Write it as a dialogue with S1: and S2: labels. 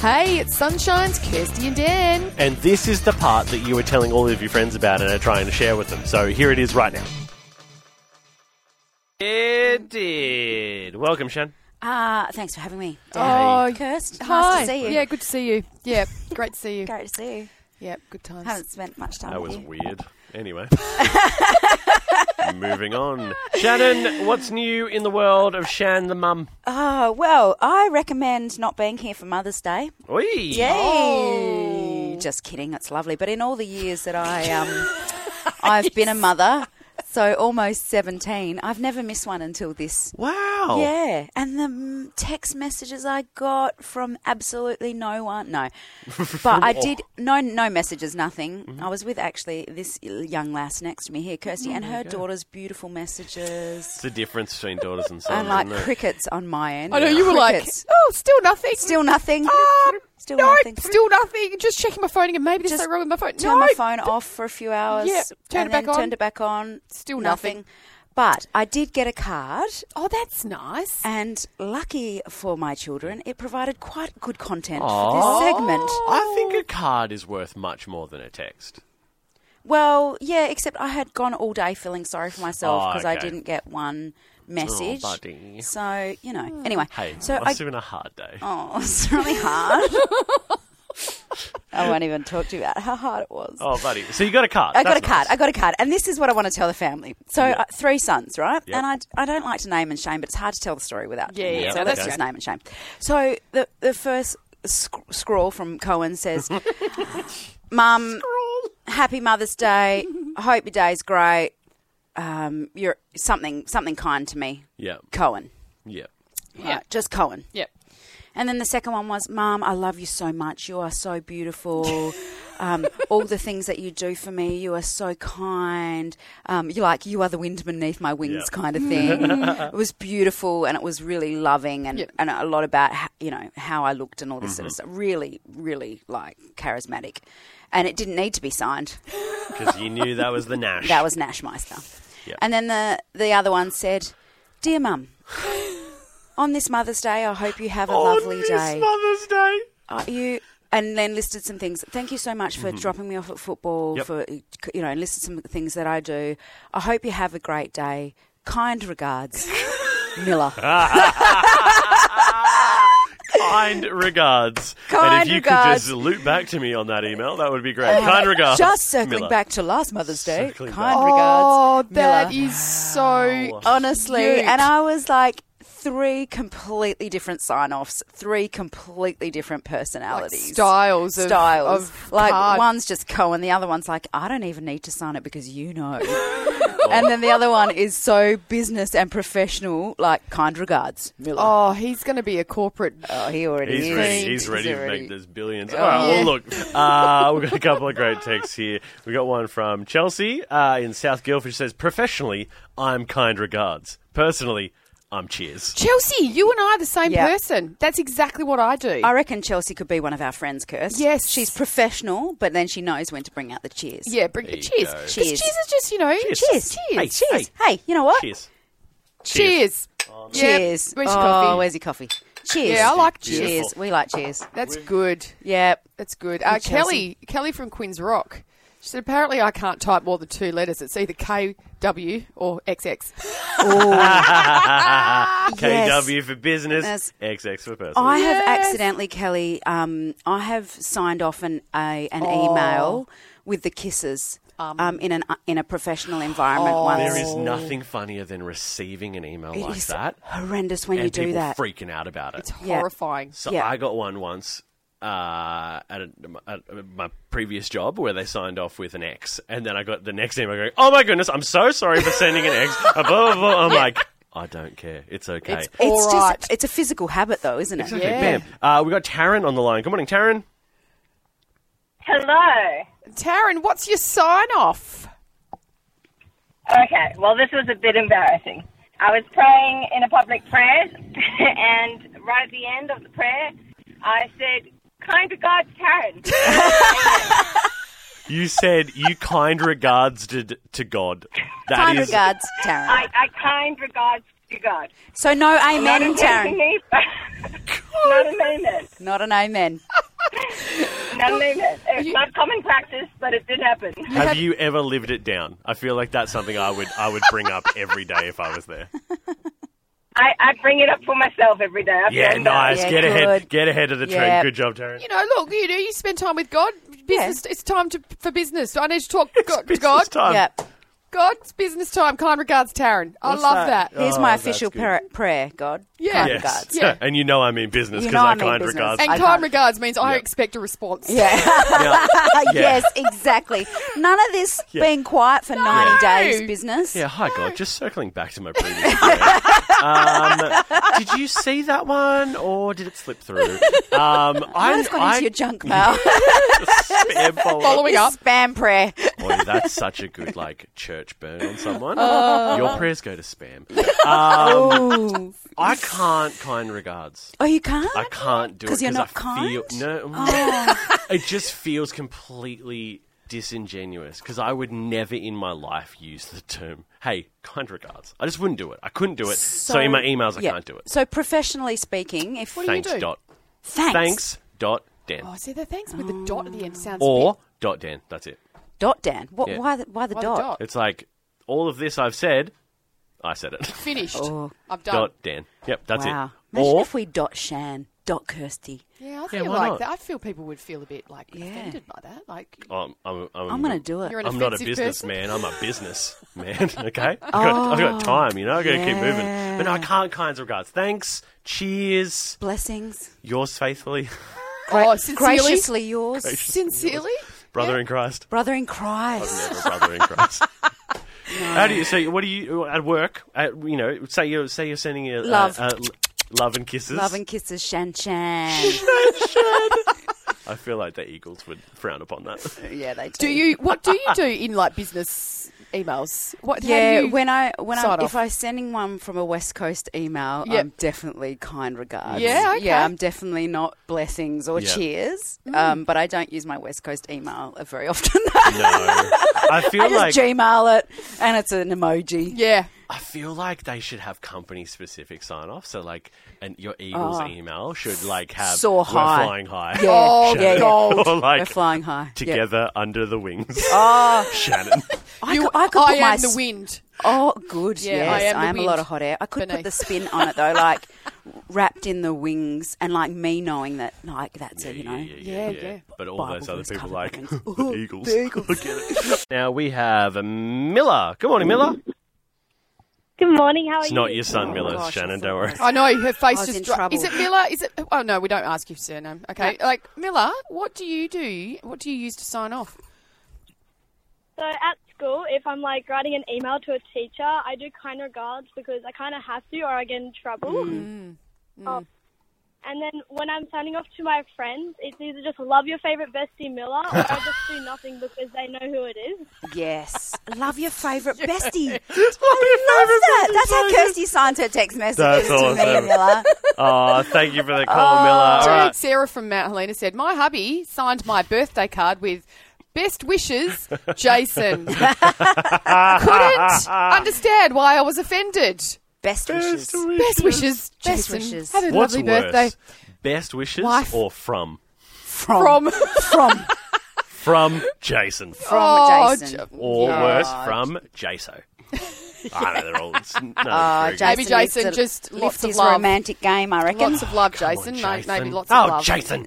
S1: Hey, it's Sunshine's Kirsty and Dan.
S2: And this is the part that you were telling all of your friends about and are trying to share with them. So here it is right now. It did. Welcome, Shan.
S3: Uh, thanks for having me.
S1: Oh,
S3: Kirst, nice
S1: hi.
S3: to see you.
S1: Yeah, good to see you. Yeah, great to see you.
S3: Great to see you.
S1: Yeah, good times.
S3: Haven't spent much time
S2: That
S3: with
S2: was
S3: you.
S2: weird. Anyway. Moving on. Shannon, what's new in the world of Shan the mum?
S3: Oh, well, I recommend not being here for Mother's Day.
S2: Oi.
S3: Yay! Just kidding, it's lovely. But in all the years that I, um, I've been a mother, so almost 17, I've never missed one until this.
S2: Wow.
S3: Yeah, and the mm, text messages I got from absolutely no one. No, but I did no no messages, nothing. I was with actually this young lass next to me here, Kirsty, and her daughter's beautiful messages.
S2: It's the difference between daughters and sons.
S3: and like
S2: isn't it?
S3: crickets on my end.
S1: I know you were like,
S3: Crickets.
S1: oh, still nothing.
S3: still nothing.
S1: Um,
S3: still
S1: no,
S3: nothing.
S1: still nothing. Just checking my phone again. Maybe there's
S3: Just
S1: something wrong with my phone.
S3: Turn
S1: no,
S3: my phone off for a few hours.
S1: Yeah, turn
S3: and
S1: it back
S3: then
S1: on.
S3: Turned it back on.
S1: Still nothing.
S3: But I did get a card,
S1: Oh, that's nice.
S3: and lucky for my children, it provided quite good content
S2: Aw.
S3: for this segment.
S2: I think a card is worth much more than a text.
S3: Well, yeah, except I had gone all day feeling sorry for myself
S2: Oh,
S3: because I
S2: okay. Oh,
S3: didn't get one message.
S2: buddy. Hmm.
S3: So you know, anyway.
S2: Hey,
S3: so
S2: must have been a hard day.
S3: Oh, it's really hard. I won't even talk to you about how hard it was.
S2: Oh, buddy. So you got a card.
S3: I got a
S2: That's
S3: card.
S2: nice.
S3: I got a card. And this is what I want to tell the family. So, uh, three sons, right?
S2: Yep.
S3: And I, I don't like to name and shame, but it's hard to tell the story without.
S1: Yeah,
S3: doing
S1: yeah,
S3: it.
S2: yeah.
S3: So,
S2: Okay.
S3: let's just name and shame. So, the, the first sc- scrawl from Cohen says, Mum, happy Mother's Day. Hope your day's great. Um, you're something, something kind to me.
S2: Yeah.
S3: Cohen.
S2: Yeah.
S1: Yeah.
S3: Right, just Cohen.
S1: Yep.
S3: And then the second one was, Mom, I love you so much. You are so beautiful. um, all the things that you do for me, you are so kind. Um, you're like, you are the wind beneath my wings
S2: Yeah.
S3: kind of thing. it was beautiful and it was really loving and,
S1: Yep.
S3: and a lot about, ho- you know, how I looked and all this sort
S2: Mm-hmm.
S3: of stuff. Really, really like charismatic. And it didn't need to be signed.
S2: Because you knew that was the Nash.
S3: That was Nashmeister.
S2: Yeah.
S3: And then the, the other one said, Dear Mum, on this Mother's Day, I hope you have a lovely day.
S2: Mother's Day.
S3: Uh, you and then listed some things. Thank you so much for dropping me off at football.
S2: Mm-hmm. Yep.
S3: For you know, and listed some things that I do. I hope you have a great day. Kind regards, Miller.
S2: Kind regards. and
S3: Kind
S2: if you
S3: regards. Oh,
S2: could just loop back to me on that email, that would be great. kind regards.
S3: Just circling
S2: Miller.
S3: back to last Mother's Day.
S2: Circling
S3: kind
S2: back.
S1: Oh,
S3: regards,
S1: that
S3: Miller.
S1: is so honestly,
S3: You- And I was like. Three completely different sign-offs, three completely different personalities,
S1: styles of-
S3: styles.
S1: of
S3: like
S1: card.
S3: one's just Cohen, the other one's like, I don't even need to sign it because you know. and then the other one is so business and professional, like kind regards. Miller.
S1: oh, he's going to be a corporate.
S3: Oh, he already
S2: He's
S3: is.
S2: ready. He's ready to
S3: already-
S2: make those
S3: Oh,
S2: billions. All right. Well, look, uh, we've got a couple of great texts here. We got one from Chelsea uh, in South Guildford. She says, "Professionally, I'm kind regards. Personally, I'm cheers."
S1: Chelsea, you and I are the same
S3: Yeah.
S1: person. That's exactly what I do.
S3: I reckon Chelsea could be one of our friends, Kirst.
S1: Yes.
S3: She's professional, but then she knows when to bring out the cheers.
S1: yeah, bring the
S2: you
S1: cheers.
S2: go.
S1: 'Cause
S3: Cheers.
S1: Cheers is just you know.
S2: Cheers.
S1: Cheers.
S2: Hey,
S1: Cheers.
S3: Cheers. Hey, you know what?
S2: Cheers.
S1: Cheers. Yep.
S3: Cheers.
S1: Where's
S3: oh,
S1: your coffee?
S3: where's your coffee? Cheers.
S1: Yeah, I like
S3: cheers.
S1: cheers.
S3: We like cheers.
S1: That's good.
S3: Yep.
S1: That's good. Uh,
S3: Chelsea.
S1: Kelly, Kelly from Queen's Rock. She said, apparently I can't type more than two letters. It's either KW or XX.
S2: KW for business.
S3: That's-
S2: XX for personal.
S3: I have
S1: Yes.
S3: accidentally, Kelly. Um, I have signed off an a, an
S1: Oh.
S3: email with the kisses um, in an in a professional environment
S1: Oh.
S2: There
S3: once.
S2: is nothing funnier than receiving an email
S3: It
S2: like
S3: is
S2: that
S3: horrendous when
S2: and
S3: you do
S2: people
S3: that.
S2: freaking out about it.
S1: It's
S3: Yeah.
S1: horrifying.
S2: So
S3: Yeah.
S2: I got one once uh, at, a, at my previous job where they signed off with an X, and then I got the next email going, "Oh my goodness, I'm so sorry for sending an X." blah, blah, blah. I'm like, I don't care. It's okay.
S1: It's
S3: It's
S1: all
S3: just
S1: right.
S3: it's a physical habit, though, isn't it?
S2: okay,
S1: yeah.
S2: bam. Uh, we got Taryn on the line. Good morning, Taryn.
S4: Hello.
S1: Taryn, what's your sign off?
S4: Okay, well, this was a bit embarrassing. I was praying in a public prayer, and right at the end of the prayer, I said, Kind regards, Karen.
S2: You said you kind regards to, to God. That
S3: Kind
S2: is-
S3: regards, Taryn.
S4: I, I kind regards to God.
S3: so no amen,
S4: Not a man to
S3: Taryn.
S4: me, but- Not a man.
S3: Not an amen.
S4: name it. It's
S1: You-
S4: not common practice, but it did happen.
S2: Have you ever lived it down? I feel like that's something I would I would bring up every day if I was there.
S4: I, I bring it up for myself every day. I've
S2: Yeah,
S4: done that.
S2: nice.
S3: Yeah,
S2: get
S3: good.
S2: ahead. Get ahead of the trend.
S3: Yeah.
S2: Good job, Taryn.
S1: You know, look, you know, you spend time with God. Business. It's time to, for business. I need to talk God, to
S2: Business
S1: God.
S2: time.
S3: yeah.
S1: God's business time. Kind regards, Taryn. I
S2: What's
S1: love
S2: that?
S1: that.
S3: Here's
S2: Oh,
S3: my
S2: that's
S3: official
S2: good.
S3: pra- prayer, God.
S1: Yeah.
S3: Kind
S2: Yes.
S3: regards.
S1: Yeah.
S2: And you know I mean business
S3: You
S2: because
S3: know
S2: I,
S3: I mean
S2: kind
S3: business.
S2: regards.
S1: And
S3: I
S1: kind
S3: can't-
S1: regards means I
S2: Yeah.
S1: expect a response.
S3: Yeah.
S2: yeah. Yeah.
S3: yes, exactly. None of this
S2: Yeah.
S3: being quiet for 90
S1: No.
S3: days business.
S2: Yeah, hi God. Just circling back to my previous. point. um, did you see that one, or did it slip through? Um,
S3: Might
S2: I,
S3: have gone
S2: I
S3: into your junk mail.
S2: spam follow-
S1: Following
S3: Your
S1: up.
S3: Spam prayer.
S2: Boy, that's such a good like church burn on someone. Your prayers go to spam. Um,
S3: Oh. Ooh.
S2: I can't kind regards.
S3: Oh, you can't?
S2: I can't do it
S3: 'Cause you're not
S2: I
S3: kind? Oh.
S2: Feel, no, it just feels completely disingenuous because I would never in my life use the term "Hey, kind regards." I just wouldn't do it. I couldn't do it. So, in my emails, I
S3: yeah.
S2: can't do it.
S3: So professionally speaking, if we
S2: Thanks,
S1: do?
S2: dot.
S3: thanks,
S2: Thanks, dot Dan
S1: Oh, see, the thanks with the dot at the end sounds a
S2: or
S1: bit-
S2: dot Dan. That's it.
S3: dot Dan. What,
S2: Yeah.
S3: Why the, why the
S1: Why the
S3: dot?
S1: dot?
S2: It's like all of this I've said. I said it.
S1: finished.
S3: Oh.
S1: I've done.
S2: dot Dan. Yep, that's
S3: Wow.
S2: it.
S3: Imagine
S2: Or
S3: if we dot Shan, dot Kirsty.
S1: Yeah, I
S2: Yeah,
S1: feel
S2: why
S1: like
S2: not?
S1: that. I feel people would feel a bit like
S3: Yeah.
S1: offended by that. Like,
S2: Um, I'm, I'm,
S3: I'm going to do it.
S1: You're an
S2: I'm not a
S1: offensive person.
S2: businessman. I'm a business man. Okay, I've, got, I've
S3: Oh,
S2: got time. You know, I've got to keep moving. But no, I can't. Kinds of regards. Thanks. Cheers.
S3: Blessings.
S2: Yours faithfully,
S1: oh, sincerely,
S3: Graciously yours.
S1: sincerely.
S2: brother in Christ.
S3: Brother in Christ.
S2: Never brother in Christ. How do you say? What do you at work? At, you know, say you're say you're sending a
S3: Love.
S2: a- a l- love and kisses.
S3: Love and kisses, Shan Shan.
S2: I feel like the Eagles would frown upon that.
S3: yeah, they do.
S1: Do you? What do you do in like business emails? What? how do
S3: Yeah,
S1: you-
S3: when I when I
S1: side
S3: if
S1: off?
S3: I'm sending one from a West Coast email,
S1: Yep.
S3: I'm definitely kind regards.
S1: Yeah, okay. Mm.
S3: yeah, I'm definitely not blessings or
S2: Yeah.
S3: cheers. Um, but I don't use my West Coast email very often.
S2: No, I feel
S3: I just
S2: like
S3: Gmail it, and it's an emoji.
S1: yeah,
S2: I feel like they should have company specific sign off. So like, and your Eagles email should like have
S3: Oh. Soar
S2: we're
S3: high."
S2: flying high.
S3: Yeah,
S1: Oh,
S3: yeah, yeah.
S2: Gold. Or
S3: We're
S2: like
S3: flying high. Yeah.
S2: together under the wings. Oh, Shannon.
S3: I could, I could put my
S1: am the
S3: sp-
S1: wind.
S3: Oh, good.
S1: Yeah,
S3: yes,
S1: I am the
S3: a lot
S1: wind
S3: of hot air. I could put
S1: beneath.
S3: the spin on it though, like wrapped in the wings, and like me knowing that, like that's it, you know.
S1: Yeah, yeah.
S2: But all
S3: Bible
S2: those other
S3: verse
S2: people
S3: covered
S2: like
S3: with wings.
S2: the
S3: Ooh,
S2: Eagles.
S3: the Eagles.
S2: Look at it. Now we have Miller. Good morning, Miller.
S5: Good morning. How are
S2: It's
S5: you?
S2: not your son,
S3: Oh,
S2: Miller.
S3: gosh,
S2: Shannon,
S3: I thought
S2: don't
S3: it
S2: worry.
S3: was-
S1: I know her face
S3: was
S1: just.
S3: in
S1: dro-
S3: trouble.
S1: Is it Miller? Is it? Oh no, we don't ask your surname. Okay, like Miller. What do you do? What do you use to sign off?
S5: So at school, if I'm like writing an email to a teacher, I do kind regards because I kind of have to, or I get in trouble. Oh. And then when I'm signing off to my friends, it's either just love your favorite bestie Miller, or I just do nothing because they know who it is.
S3: Yes. Love your favourite bestie. I love that. That's how Kirsty signs her text messages
S2: That's
S3: to
S2: awesome.
S3: me, Miller.
S2: Oh, thank you for the call, Miller. All
S1: Dude,
S2: right.
S1: Sarah from Mount Helena said, My hubby signed my birthday card with best wishes, Jason. Couldn't understand why I was offended.
S3: Best wishes.
S1: Best wishes,
S3: Best
S1: Jason.
S3: wishes.
S1: Have a
S2: What's
S1: lovely
S2: worse,
S1: birthday.
S2: Best wishes
S1: Wife.
S2: or from?
S1: From,
S3: From
S2: From Jason.
S3: from
S1: Oh,
S3: Jason.
S1: J-
S2: Or
S1: Yeah.
S2: worse, from Jaso. I know they're all. It's, no,
S3: Oh,
S2: very good.
S1: Maybe Jason
S3: lifts
S1: just
S3: lifts
S1: lots of
S3: his
S1: love.
S3: romantic game, I reckon.
S1: lots of love,
S2: Come
S1: Jason.
S2: on,
S1: Ma- Maybe
S2: Jason.
S1: lots
S2: oh,
S1: of love.
S2: Jason.